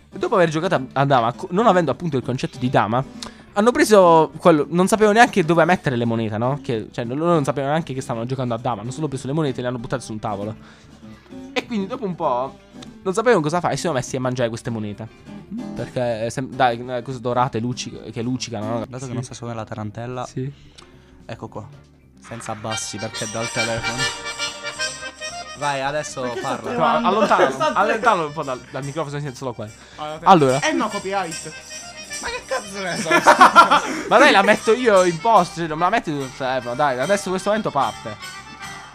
B: dopo aver giocato a, a dama, co- non avendo appunto il concetto di dama, hanno preso quello. Non sapevano neanche dove mettere le monete, no? Che, cioè, loro non sapevano neanche che stavano giocando a dama. Hanno solo preso le monete e le hanno buttate su un tavolo. E quindi dopo un po' non sapevano cosa fare, si sono messi a mangiare queste monete. Perché sem- dai, eh, cose dorate lucci- che luccicano. No?
A: Dato che non sa suonare la tarantella,
B: Sì.
A: ecco qua. Senza bassi perché dal telefono. Vai, adesso parla.
C: Però Quando-
B: allontanalo,
A: Esatto.
C: Sta-
B: allontanalo un po' dal, dal microfono, si sente solo quello.
C: Allora.
B: Allora,
C: Eh no, copyright.
B: ma dai, la metto io in post, cioè, non me la metti tu sul telefono, dai, adesso questo momento parte.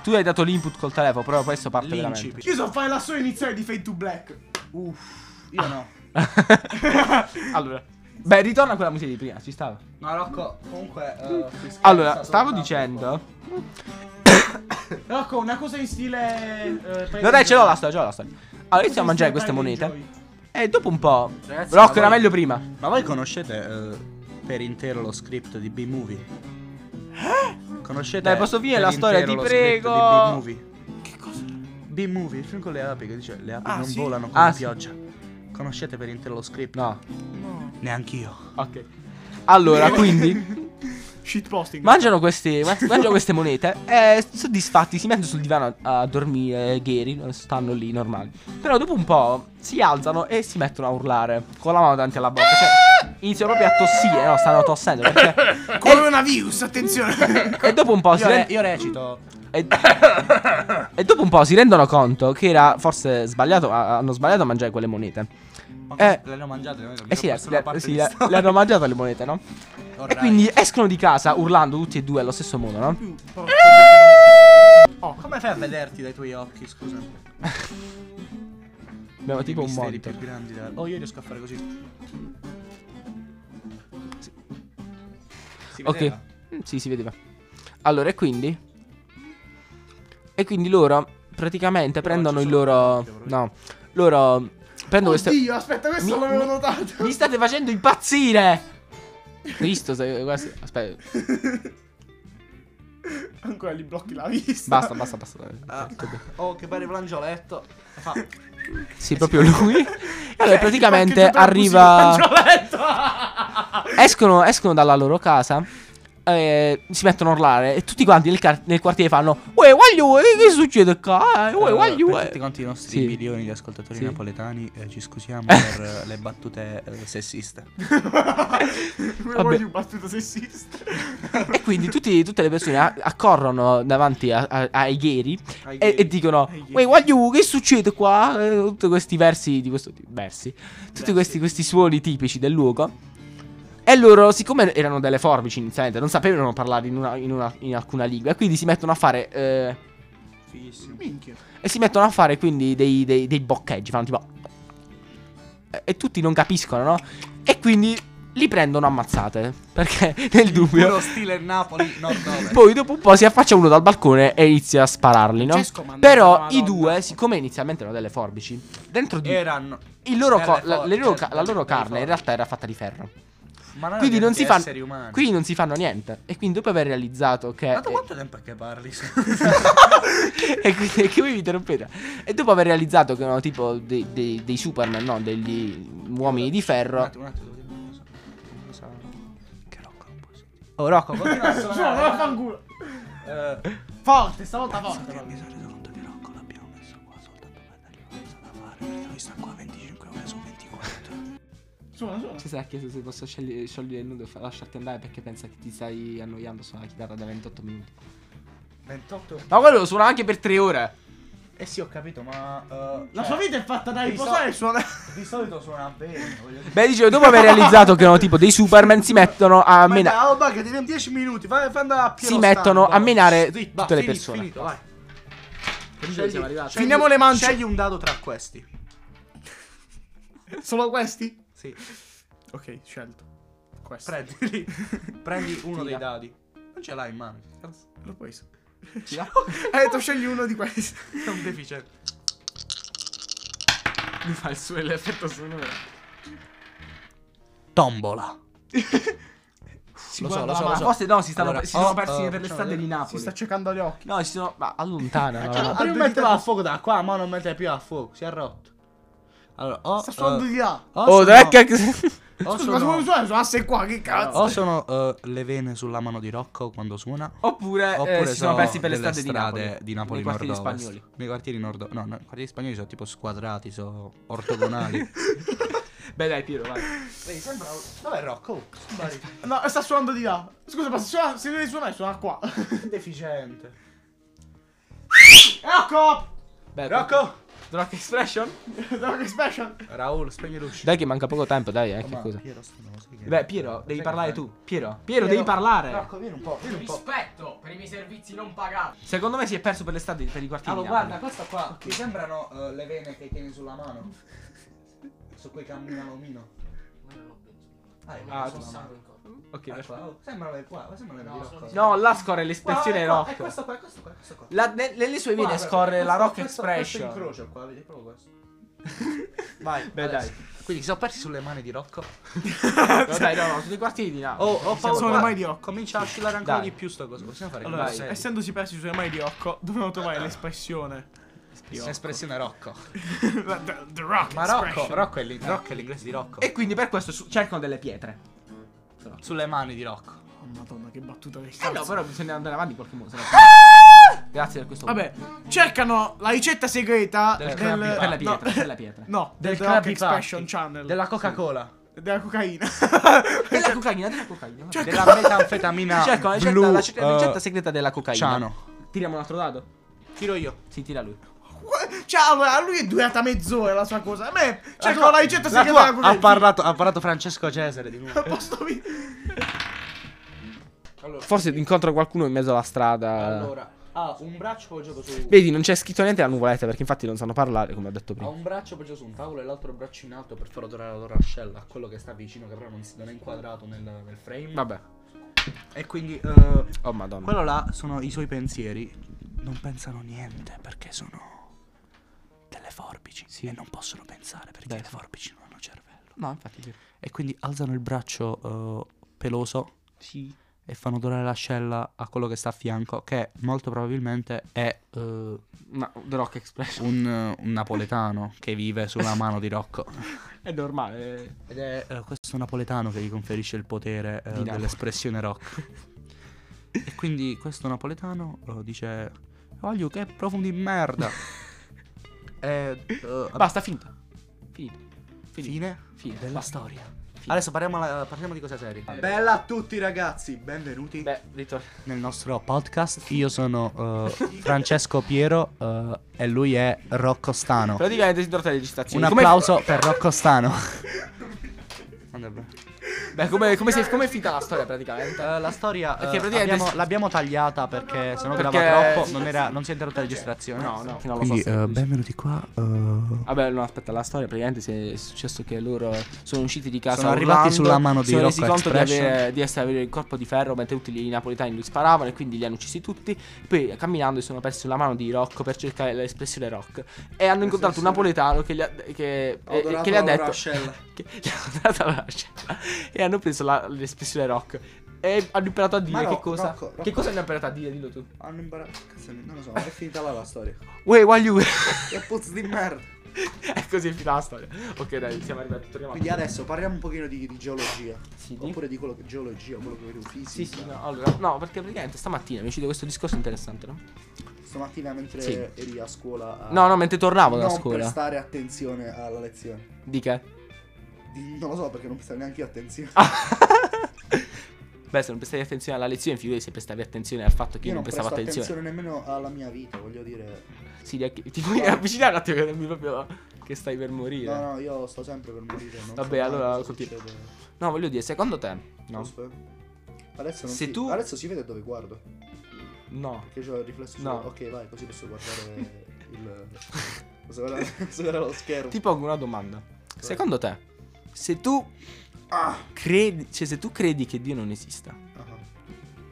B: Tu hai dato l'input col telefono, però questo parte veramente.
C: Io so fare la sola iniziale di Fade to Black.
A: Uff, io no.
B: allora, beh, ritorna a quella musica di prima, ci stava.
A: No, Rocco, comunque. eh,
B: Allora, stavo dicendo...
C: Rocco, una cosa in stile... eh,
B: No dai, ce l'ho la storia, Ah, ce l'ho la storia. Allora, iniziamo a mangiare queste monete. E dopo un po'... Rocco era
A: ma voi-
B: meglio prima.
A: Ma voi conoscete eh, per intero lo script di B-Movie?
C: Eh?
A: Conoscete
B: Dai, posso finire
A: per
B: la storia, ti
A: intero lo script
B: prego?
A: di B-Movie?
C: Che cosa?
A: B-Movie, il film con le api che dice le api
C: Ah,
A: non
C: sì?
A: volano con
B: Ah,
A: la
B: sì.
A: pioggia. Conoscete per intero lo script?
B: No.
C: No.
A: Neanch'io.
B: Ok. Allora, Ah, quindi
C: Shitposting.
B: mangiano queste, man- mangiano queste monete e soddisfatti si mettono sul divano a, a dormire gheri, non stanno lì normali. Però dopo un po' si alzano e si mettono a urlare con la mano davanti alla bocca, cioè iniziano proprio a tossire, no, stanno tossendo perché
C: Coronavirus, attenzione.
B: e dopo un po' si
A: Io, re-
B: rendono
A: io recito.
B: e, e dopo un po' si rendono conto che era forse sbagliato, a- hanno sbagliato a mangiare quelle monete.
A: Ma
B: Eh.
A: le hanno mangiate? noi
B: Eh sì,
A: abbiamo perso una
B: le,
A: parte
B: sì,
A: di
B: le-
A: storia.
B: le hanno mangiate le monete, no? E
A: Alright.
B: quindi escono di casa urlando tutti e due allo stesso modo, no? Eh!
A: Oh, come fai a vederti dai tuoi occhi, scusa?
B: Abbiamo tipo Boh,
A: I
B: un
A: misteri
B: monitor.
A: più grandi della- Oh, io riesco a fare così. Si- Si
B: Ok.
A: vedeva?
B: Mm, Sì, si vedeva. Allora, e quindi? E quindi loro praticamente prendono il loro. No, loro prendono queste.
C: Oddio, aspetta, questo
B: Mi-
C: l'avevo
B: mi-
C: notato.
B: Mi state facendo impazzire! Cristo, sei- guarda- aspetta,
C: Ancora gli blocchi la vista.
B: basta, basta, basta.
C: Ah,
A: Oh, che bello frangioletto. Fa-
B: Sì, proprio lui. E
C: Cioè,
B: allora praticamente
C: Perché c'è troppo
B: arriva.
C: silenzio a letto.
B: Escono, escono dalla loro casa eh, si mettono a urlare e tutti quanti nel, car- nel quartiere fanno Uè, guagliù, eh, che succede qua? Eh, Uè,
A: Allora,
B: guagliù,
A: per
B: eh."
A: tutti quanti i nostri
B: Sì.
A: milioni di ascoltatori
B: Sì.
A: napoletani eh, ci scusiamo per eh, le battute eh, sessiste.
C: Come
B: Vabbè.
C: voglio un battuto sessista.
B: E quindi tutti- tutte le persone a- accorrono davanti a- a- ai gheri
A: Ai
B: e,
A: gheri.
B: e dicono:
C: Ai gheri.
B: Uè, guagliù, che succede qua? Eh, Tutti questi versi di questo tipo. Versi. Tutti questi, questi suoni tipici del luogo. E loro, siccome erano delle forbici inizialmente, non sapevano parlare in, una- in una- in alcuna lingua, e quindi si mettono a fare. eh,
C: Minchia.
B: e si mettono a fare quindi dei, dei- dei boccheggi. Fanno tipo. E, e tutti non capiscono, no? E quindi li prendono ammazzate. Perché nel dubbio.
A: Uno stile Napoli nord-ovest.
B: Poi dopo un po' si affaccia uno dal balcone e inizia a spararli, no?
C: Francesco manda la
B: Però i
C: Cioè, Madonna.
B: due, siccome inizialmente erano delle forbici, dentro di
A: Erano.
B: il loro
A: era
B: co-
A: Eh, le
B: la,
A: for-
B: le loro
A: cioè,
B: ca- la loro
A: le
B: carne in
A: for-
B: realtà era fatta di ferro.
A: Ma non
B: Quindi
A: erano
B: non si fanno
A: esseri umani.
B: Quindi non si fanno niente. E quindi dopo aver realizzato che
A: Ma da
B: eh,
A: quanto tempo è che parli?
B: e quindi che voi mi interrompete. E dopo aver realizzato che erano tipo dei, dei- dei Superman, no, degli uomini di
A: Un
B: ferro.
A: attimo, un attimo, devo dire una cosa. Una cosa- Che Rocco non puoi sentire. Oh Rocco, continua a
C: No,
A: suonare.
C: no, fanculo.
A: Eh,
C: Forte, stavolta forte.
A: mi sono reso conto che Rocco l'abbiamo messo qua soltanto per dargli una cosa da fare, perché lui sta qua 25 ore su 24.
C: Suona, suona.
B: Cesare ha chiesto se posso sciogliere, il nudo e lasciarti andare perché pensa che ti stai annoiando sulla chitarra da 28 minuti.
A: 28?
B: Ma quello lo suona anche per 3 ore.
A: Eh sì, ho capito, ma... eh,
C: La
A: cioè,
C: sua vita è fatta da
A: Di
C: riposare e suonare.
A: Di solito suona bene, voglio dire.
B: Beh, dicevo, dopo aver realizzato che erano tipo dei Superman, si mettono a menare.
A: dai, oh, bagati, in 10 minuti, fai, fai andare a
B: Si mettono a menare tutte le persone.
A: Finito, vai.
B: Dove Cioè, siamo arrivati?
A: scegli-
C: Finiamo le mance.
A: Scegli un dado tra questi.
C: Solo questi?
A: Sì,
C: Ok, scelto. Questo.
A: prendili. Prendi
B: Tira.
A: uno dei dadi. Non ce l'hai in mano. Cazzo,
C: L'ho preso.
B: Tira.
C: Hai detto scegli uno di questi.
A: è un deficit.
C: Mi fa il suo l'effetto sonoro.
A: Tombola.
B: Lo so,
C: guarda
B: lo
C: la
B: so, lo
C: mano.
B: so. Forse no, si, stanno,
A: Allora,
B: si sono
A: oh,
B: persi
A: eh,
B: per le
A: facciamo
B: strade di
C: Si
B: Napoli.
C: sta cercando gli occhi.
B: No, si sono. Ma allontana.
A: Cioè,
B: no.
A: prima
C: Prima
A: metteva
C: metteva-
A: a fuoco da qua, ma non metteva più a fuoco, si è rotto. Allora, o...
C: Sta suonando
A: eh,
C: di là.
A: o
B: Oh,
A: sono-
B: dai, che.
A: o
C: Scusa, ma
A: sono-
C: come suona? Suona se qua, che cazzo.
A: O sono eh, le vene sulla mano di Rocco quando suona.
B: Oppure, eh,
A: Oppure
B: si sono persi per le
A: delle
B: strade di
A: strade
B: Napoli.
A: di Napoli
B: nei quartieri
A: nord-ovest.
B: spagnoli.
A: Nei quartieri nord No, no, i quartieri spagnoli sono tipo squadrati, sono ortogonali.
B: Beh, dai, Piero, vai.
A: Vedi, sembra. Dov'è Rocco? Sbarito.
C: No, sta suonando di là. Scusa, ma se, suona, se devi suonare, suona qua.
A: Deficiente.
C: Ecco!
A: Eh,
B: Beh,
A: Rocco!
B: Rock Expression?
C: Drag special.
A: Raul, spegni l'uscio.
B: Dai, che manca poco tempo, dai, eh, che
A: Ma
B: cosa.
A: Piero, sta una musica.
B: Beh, Piero,
A: Sai
B: devi
A: che
B: parlare
A: fai?
B: tu. Piero, Piero, devi parlare.
A: Rocco, vieni un po', vieni un po'.
F: Rispetto per i miei servizi non pagati.
B: Secondo me si è perso per le strade, per i quartieri.
A: Allora,
B: di Napoli.
A: Ah, guarda, questa qua. Ti sembrano eh, le vene che tieni sulla mano? Su cui cammina l'omino.
F: Ma non l'ho pensato.
A: Ah, è
F: Non
B: ah,
F: sono
A: tu-
F: stato in corpo.
B: Ok,
A: Ecco,
B: perfetto.
A: oh, Sembrano le qua, sembrano le
F: No,
A: di
F: sono-
A: Rocco.
B: No, là scorre
A: Qua,
B: l'espressione
A: qua, È
B: Rock.
A: Ah, ecco, questo qua, è questo qua, è questo qua.
B: La- ne- nelle sue vene
A: Guarda,
B: scorre
A: questo-
B: la Rock
A: questo- Questo
B: Expression.
A: incrocio qua, vedi proprio questo. Vai,
B: Beh,
A: adesso.
B: dai.
A: Quindi si sono persi sulle mani di Rocco.
B: Vabbè, no, no, sono i quartieri di Napoli.
A: Oh, ho paura.
C: Sono le mani di Rocco.
A: Comincia a oscillare ancora
B: Dai.
A: di più sto coso. Possiamo fare
C: Allora,
B: Vai,
A: cose
B: vai.
A: serie?
C: essendosi persi sulle mani di Rocco, dovevano trovare l'espressione. di Rocco.
A: Espressione Rocco.
C: the, the Rock
A: Ma Rocco,
C: expression.
A: Rocco è, l'in- Rocco è l'inglese di Rocco.
B: E quindi per questo su- cercano delle pietre.
A: Sulle mani di Rocco.
C: Oh, madonna, che battuta del
B: Eh
C: cazzo.
B: no, però bisogna andare avanti in qualche modo. sennò- Ah! Grazie per questo.
C: Vabbè, cercano la ricetta segreta del,
B: Del Krabby- per la pietra,
C: no,
B: per la pietra.
C: No, del, The Rock
A: Krabby
C: Expression
A: Patty.
C: Channel.
A: Della Coca-Cola.
C: della cocaina.
B: Della cocaina, della cocaina. Certo.
A: Della metanfetamina.
B: Cerco la ricetta,
A: blu,
B: la ricetta- la
A: eh,
B: ricetta segreta della cocaina.
A: Ciano.
B: Tiriamo un altro dado.
A: Tiro io.
B: Sì, tira lui.
C: cioè, allora, a lui è durata mezz'ora la sua cosa. A me, cercano la,
A: tua-
C: ricetta
A: La
C: segreta della
A: tua- ha
C: cocaina.
A: parlato, ha parlato Francesco Cesare di nuovo.
C: A posto mio.
B: Forse incontro qualcuno in mezzo alla strada.
A: Allora, ha un braccio poggiato su.
B: Vedi, non c'è scritto niente la nuvoletta perché infatti non sanno parlare, come ho detto
A: Ha
B: prima.
A: un braccio poggiato su un tavolo e l'altro braccio in alto per far odorare la loro ascella a quello che sta vicino, che però non, si, non è inquadrato nel, nel frame.
B: Vabbè.
A: E quindi. eh,
B: Oh madonna.
A: quello là sono i suoi pensieri. Non pensano niente perché sono delle forbici. E non possono pensare perché
B: Beh,
A: le
B: sì.
A: forbici non hanno cervello.
B: No, infatti. sì.
A: E quindi alzano il braccio eh, peloso
B: Sì.
A: e fanno odorare l'ascella a quello che sta a fianco, che molto probabilmente è eh,
B: Ma The Rock Express
A: un, un napoletano che vive sulla mano di Rocco.
B: è normale.
A: Ed è eh, questo napoletano che gli conferisce il potere eh,
B: Napoli.
A: dell'espressione rock. E quindi questo napoletano eh, dice: Voglio che profumi di merda. e, eh,
B: Basta, finita. Finita. Finita.
A: fine
B: Fine.
A: della
B: Basta.
A: storia. Adesso parliamo, alla- parliamo di cose serie.
C: Bella a tutti ragazzi, benvenuti.
B: Beh, ritorno.
A: Nel nostro podcast io sono eh, Francesco Piero eh, e lui è Rocco Stano.
B: Praticamente si tratta di registrazione.
A: Un
B: Come-
A: applauso per Rocco Stano. Andrebbe.
B: Beh, come, come, si- come è finita la storia praticamente?
A: Eh, la storia eh,
B: Perché praticamente
A: abbiamo-
B: si-
A: l'abbiamo tagliata perché sennò
B: Perché-
A: grava troppo. Non, era, non si è interrotta la registrazione.
B: No, no, non lo
A: Quindi
B: so.
A: eh, benvenuti qua. eh,
B: Vabbè, no, aspetta, la storia praticamente si è successo che loro sono usciti di casa.
A: Sono arrivati
B: urlando,
A: sulla mano di
B: Si sono resi
A: Rocco
B: conto di,
A: Expression.
B: avere, di essere avere il corpo di ferro mentre tutti i napoletani li sparavano e quindi li hanno uccisi tutti. Poi camminando si sono persi sulla mano di Rocco per cercare l'espressione rock. E hanno incontrato un napoletano che gli ha, che,
C: Ho
B: eh,
C: odorato
B: che gli ha
C: la
B: detto...
C: Rochelle.
B: Che gli ha dato la scena e hanno preso la- l'espressione rock. E hanno imparato a dire
C: Ma
B: che
C: Rocco,
B: cosa...
C: Rocco, Rocco.
B: Che cosa hanno imparato a dire? Dillo tu.
C: Hanno imparato. Cazzo, non lo so, è finita là la storia.
B: Uè, guagliù.
C: Che puzza di merda.
B: e così è finita la storia. Ok, dai, siamo arrivati. Torniamo
C: Quindi adesso parliamo un pochino di, di geologia.
B: Sì, di-
C: Oppure di quello che geologia, quello che vedo fisica.
B: Sì, sì, no, allora, no, perché praticamente stamattina mi è uscito questo discorso interessante, no?
C: Stamattina mentre
B: Sì.
C: eri a scuola. a-
A: Ah.
B: No, no, mentre tornavo
C: non
B: dalla scuola.
C: prestare attenzione alla lezione.
B: Di che?
C: Di- Non lo so perché non prestare neanche io attenzione.
B: Beh, se non prestavi attenzione alla lezione, figurati se prestavi attenzione al fatto che io non
C: presto
B: prestavo attenzione.
C: nemmeno alla mia vita, voglio dire.
B: Sì, neanche- ti puoi avvicinare un attimo che non mi proprio che stai per morire.
C: No, no, io sto sempre per morire. Non
B: Vabbè,
C: so mai
B: allora
C: cosa
B: continua.
C: succede.
B: No, voglio dire, secondo te no.
C: Cos'è? Adesso non
B: Se
C: si...
B: tu-
C: Adesso si vede dove guardo.
B: No.
C: Perché c'ho il riflesso su-
B: No.
C: Ok, vai, così posso guardare il... posso guardare, posso guardare lo schermo.
B: Ti pongo una domanda. Secondo te se tu credi, cioè se tu credi che Dio non esista,
C: Ah.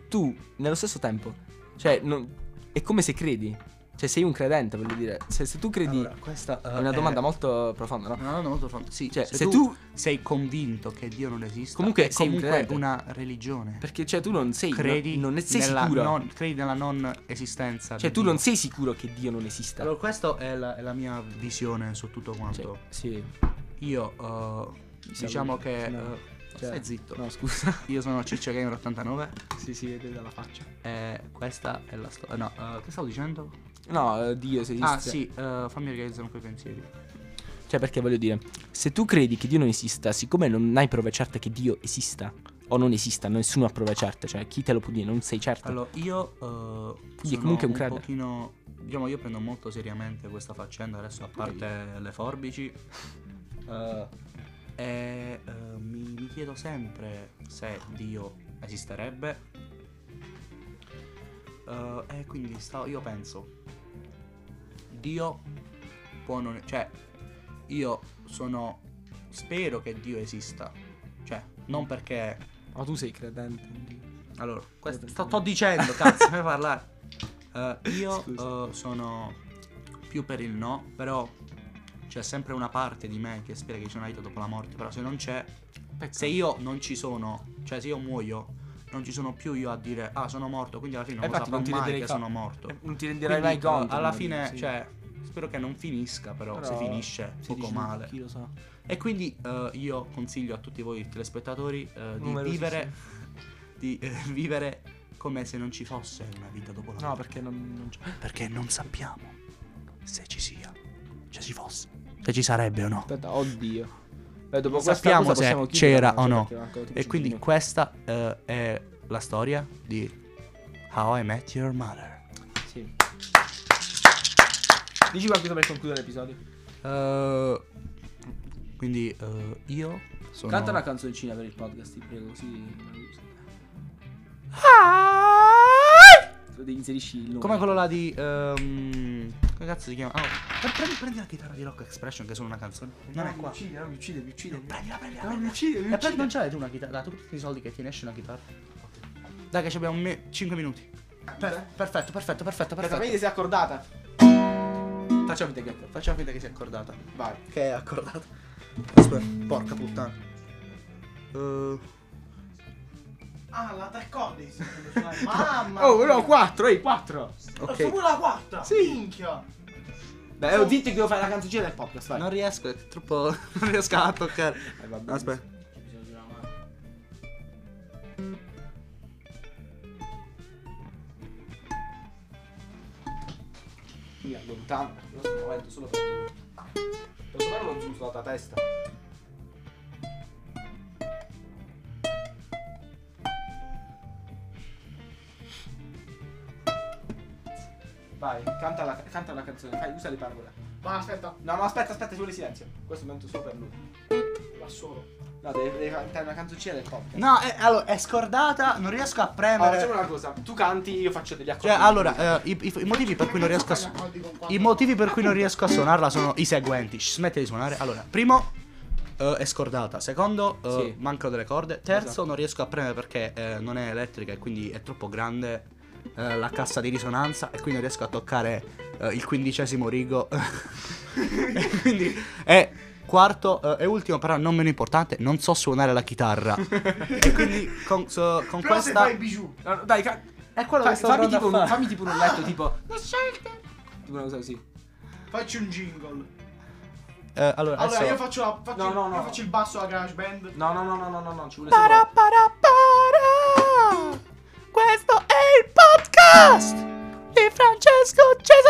B: tu nello stesso tempo, cioè non- è come se credi. Cioè sei un credente, voglio dire. Se, se tu credi
A: allora, questa
B: eh, È una domanda molto profonda, no?
A: Una domanda molto profonda. Sì,
B: Cioè,
A: se,
B: se
A: tu,
B: tu-
A: sei convinto che Dio non esista,
B: Comunque
A: è
B: sei un
A: comunque
B: credente.
A: una religione.
B: Perché cioè tu non sei
A: credi
B: non ne- sei
A: nella
B: sicuro.
A: non, credi nella non esistenza.
B: Cioè
A: di
B: tu
A: Dio.
B: non sei sicuro che Dio non esista.
A: Allora, questa è la, è la mia visione su tutto
B: Cioè,
A: quanto.
B: sì.
A: Io, eh,
B: Sì,
A: diciamo
B: allora,
A: che.
B: no.
A: eh,
B: Cioè,
A: stai zitto.
B: No, scusa.
A: Io sono Ciccio Gamer 89
B: sì, si vede dalla faccia.
A: e questa è la storia. No, eh, che stavo dicendo?
B: No, eh, Dio se esiste.
A: Ah, sì, eh, fammi organizzare un po' i pensieri.
B: Cioè perché voglio dire, se tu credi che Dio non esista, siccome non hai prove certe che Dio esista o non esista, nessuno ha prove certe, cioè chi te lo può dire, non sei certo.
A: Allora, io eh,
B: Quindi
A: sono
B: comunque un
A: un,
B: credente.
A: pochino diciamo io prendo molto seriamente questa faccenda adesso a parte le forbici eh, e eh, mi, mi chiedo sempre se Dio esisterebbe Eh, e quindi sta- io penso Dio può non cioè io sono spero che Dio esista cioè non perché
B: Ma tu sei credente. in Dio.
A: allora, questo,
B: Vabbè,
A: sto,
B: sì.
A: sto dicendo, cazzo, fammi parlare. Eh, io
B: Scusa.
A: eh, sono più per il no, però c'è sempre una parte di me che spera che ci sia una vita dopo la morte, però se non c'è, se io non ci sono, cioè se io muoio, non ci sono più io a dire "Ah, sono morto", quindi alla fine non
B: Eh, infatti
A: lo
B: non ti
A: saprò mai
B: renderai
A: che
B: co-
A: sono morto.
B: Eh, Non ti renderai mai
A: Quindi, eh,
B: conto.
A: alla
B: voglio dire,
A: fine,
B: sì.
A: cioè, spero che non finisca, però, se
B: Però,
A: finisce
B: sì,
A: poco
B: dici,
A: male.
B: Chi lo sa.
A: E quindi eh, io consiglio a tutti voi telespettatori eh, di
B: Numerosissimi.
A: vivere di eh, vivere come se non ci fosse una vita dopo la
B: No,
A: morte.
B: perché non, non c'è.
A: perché non sappiamo se ci sia, se ci fosse, se ci sarebbe o no.
B: Aspetta, oddio. Beh, dopo
A: Non
B: questa
A: sappiamo
B: cosa
A: se
B: possiamo chiudere,
A: c'era
B: ma
A: o
B: non
A: no.
B: c'è perché manco tipo
A: E
B: cinque
A: quindi
B: minuti.
A: questa eh, è la storia di How I Met Your Mother.
B: Sì. Dici qualcosa per concludere l'episodio.
A: Eh, quindi eh, io sono
B: Canta una canzoncina per il podcast, ti prego, così la uso. Tu devi inserisci il nome.
A: Come quello là di. ehm, come cazzo si chiama? Ah, pre- prendi, prendi la chitarra di Rock Expression che sono una canzone. Non è
B: mi
A: qua.
B: uccide, no, mi uccide, mi uccide.
A: Prendila, prendila.
B: No,
A: prendila.
B: mi uccide, mi
A: E prendi-
B: uccide.
A: non c'hai tu una chitarra. Dai, tu tutti i soldi che ti esce una chitarra. Dai, che ci abbiamo 5 minuti. Per- perfetto, perfetto, perfetto,
C: Aspetta,
A: perfetto.
C: vedi si è accordata.
B: Facciamo finta che.
A: Facciamo finta che sia accordata.
C: Vai. Che è accordata. Aspetta, porca puttana. Eh, Ah, la tre corde. Mamma.
B: Oh, no, 4, ehi, 4.
C: Ok. Sono la quarta. Sì. Minchia.
B: Beh, ho detto che devo fare la canzoncina del podcast, vai. Eh,
A: Non riesco, è troppo. non riesco a toccare.
B: Ah,
A: Aspetta.
G: Ci bisogna girare una mano.
H: mi allontano perché lo sono lento solo per Posso fare uno zoom sulla tua testa? Vai, canta la, canta la canzone, fai, usa le parole.
C: Ma aspetta,
H: No, no, aspetta, aspetta, ci vuole silenzio. Questo è un momento solo per lui.
C: da solo.
H: No, devi, devi cantare una canzoncina del podcast.
A: No, eh, allora, è scordata, non riesco a
B: Eh,
H: Allora,
A: premere.
H: Ah, facciamo una cosa. Tu canti, io faccio degli accordi.
A: Cioè, allora, eh, i, i- i motivi per cui non riesco a su- I motivi per cui non riesco a suonarla sono i seguenti. Shh, Smetti di suonare. Allora, primo eh, è scordata. Secondo, eh,
B: Sì.
A: mancano delle corde. Terzo,
H: Esatto.
A: non riesco a premere perché eh, non è elettrica e quindi è troppo grande eh, la cassa di risonanza e quindi non riesco a toccare eh, il quindicesimo rigo. e quindi è quarto eh, e ultimo, però non meno importante, non so suonare la chitarra. e quindi con, so- con
C: Però se
A: questa
C: fai bijou.
B: Allora, Dai, ca-
A: è quello
B: fa-
A: che sto
B: fammi, tipo
A: provando a
B: un,
A: fare.
B: fammi tipo un letto tipo. Tipo una cosa così.
C: Facci un jingle.
A: Eh, allora,
C: Allora
A: adesso-
C: io faccio la. Faccio,
B: No, no, no.
C: Io faccio il basso alla garage band.
B: No, no, no, no, no, no, no, ci vuole
A: Para
B: solo.
A: para para. Questo è il podcast di Francesco Cesare.